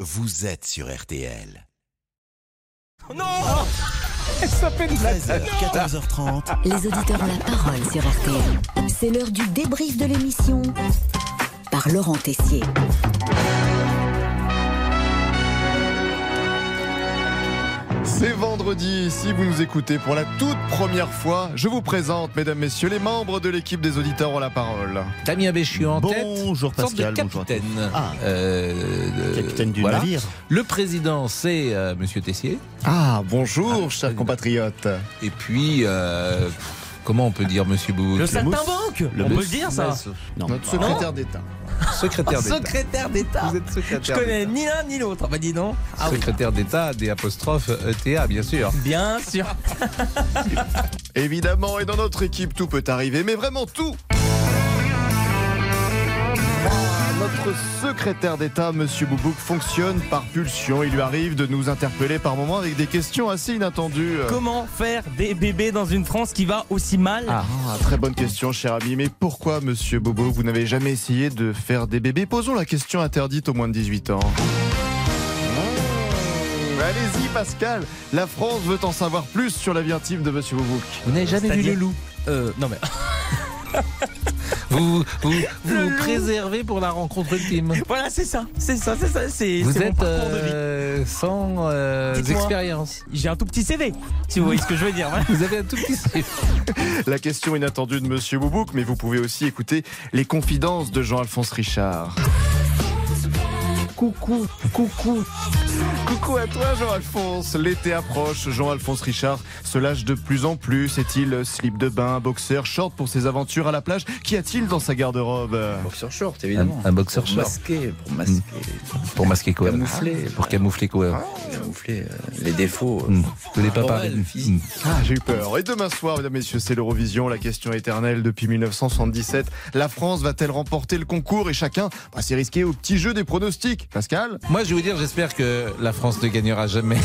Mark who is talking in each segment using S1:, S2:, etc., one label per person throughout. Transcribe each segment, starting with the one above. S1: vous êtes sur RTL.
S2: Non
S3: Ça fait de la
S1: 13h, 14h30.
S4: Les auditeurs ont la parole sur RTL. C'est l'heure du débrief de l'émission par Laurent Tessier.
S5: C'est vendredi, si vous nous écoutez pour la toute première fois, je vous présente, mesdames, messieurs, les membres de l'équipe des auditeurs ont la parole.
S2: Damien Béchu en tête.
S6: Bonjour Pascal,
S2: sorte de
S6: bonjour à tous.
S2: capitaine.
S6: Ah.
S2: Euh, de-
S6: Capitaine du
S2: voilà.
S6: navire.
S2: Le président, c'est euh, Monsieur Tessier.
S5: Ah, bonjour, chers compatriotes.
S2: Et puis, euh, pff, comment on peut dire Monsieur Boubou
S3: Le saltimbanque On peut le dire ça
S6: Non.
S5: Notre secrétaire d'État.
S2: secrétaire d'État.
S3: Secrétaire d'État
S2: Vous êtes
S3: Je
S2: secrétaire
S3: connais
S2: d'État.
S3: ni l'un ni l'autre, bah dis donc Ah oui,
S2: Secrétaire d'État des apostrophes ETA, bien sûr.
S3: bien sûr
S5: Évidemment, et dans notre équipe, tout peut arriver, mais vraiment tout. Ah, Notre secrétaire d'État, Monsieur Boubouk, fonctionne par pulsion. Il lui arrive de nous interpeller par moments avec des questions assez inattendues.
S3: Comment faire des bébés dans une France qui va aussi mal
S5: Ah, très bonne question, cher ami. Mais pourquoi, monsieur Bobo, vous n'avez jamais essayé de faire des bébés Posons la question interdite aux moins de 18 ans. Mmh, Allez-y, Pascal. La France veut en savoir plus sur la vie intime de monsieur Bobo.
S2: Vous n'avez jamais vu
S3: C'est-à-dire-
S2: le loup
S3: Euh, non mais
S2: Vous vous, vous- vous
S3: loup.
S2: préservez pour la rencontre ultime.
S3: voilà, c'est ça, c'est ça, c'est ça, c'est
S2: Vous
S3: c'est mon
S2: êtes
S3: parcours de vie.
S2: euh, sans euh,
S3: Dites-moi.
S2: expérience.
S3: J'ai un tout petit CV, si vous voyez ce que je veux dire. voilà.
S2: Vous avez un tout petit.
S5: La question inattendue de monsieur Bobo, mais vous pouvez aussi écouter les confidences de Jean-Alphonse Richard.
S7: Coucou, coucou.
S5: Coucou à toi, Jean-Alphonse. L'été approche. Jean-Alphonse Richard se lâche de plus en plus. Est-il slip de bain, boxer, short pour ses aventures à la plage Qu'y a-t-il dans sa garde-robe
S7: Boxeur short,
S2: Un,
S7: évidemment.
S2: un boxeur
S7: Pour
S2: short.
S7: masquer, pour masquer,
S2: Pour masquer quoi Ah,
S7: Camoufler. Ah,
S2: Pour camoufler quoi
S7: camoufler euh, les défauts.
S2: Vous n'avez pas Mm.
S7: Morale,
S2: parlé de-
S7: physique.
S5: Ah, j'ai eu peur. Et demain soir, mesdames, messieurs, c'est l'Eurovision, la question éternelle depuis 1977. La France va-t-elle remporter le concours Et chacun va s'est risqué au petit jeu des pronostics. Pascal
S2: Moi, je vais vous dire, j'espère que la France ne gagnera jamais.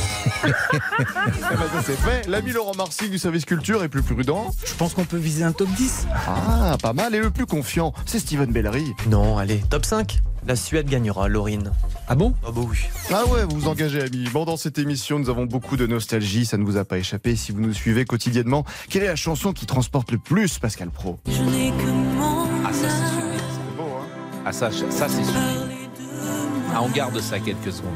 S5: Eh ben, ça c'est fait. L'ami Laurent Marcy du service culture est plus prudent.
S3: Je pense qu'on peut viser un top 10.
S5: Ah, pas mal. Et le plus confiant, c'est Steven Bellery.
S8: Non, allez, top 5. La Suède gagnera, Laurine.
S2: Ah bon
S8: Oh bah oui.
S5: Ah ouais, vous vous engagez, amis. Bon, dans cette émission, nous avons beaucoup de nostalgie. Ça ne vous a pas échappé si vous nous suivez quotidiennement. Quelle est la chanson qui transporte le plus Pascal Pro
S9: Je n'ai que mon
S2: Ah, ça, c'est sûr.
S5: C'est beau, hein
S2: Ah, ça, ça c'est sûr. Ah, on garde ça quelques secondes.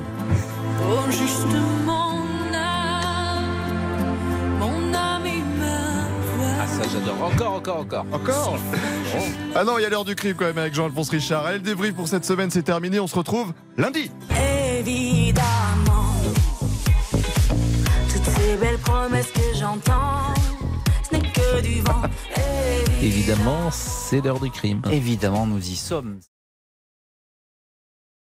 S9: Oh, juste mon âme, mon âme et ma
S2: Ah,
S9: voix.
S2: ça, j'adore. Encore, encore, encore.
S5: Encore Ah non, il y a l'heure du clip quand même avec Jean-Alphonse Richard. Et le débrief pour cette semaine, c'est terminé. On se retrouve lundi.
S9: Évidemment, toutes ces belles promesses que j'entends, ce n'est que du vent.
S2: Évidemment, c'est l'heure du crime.
S7: Évidemment, nous y sommes.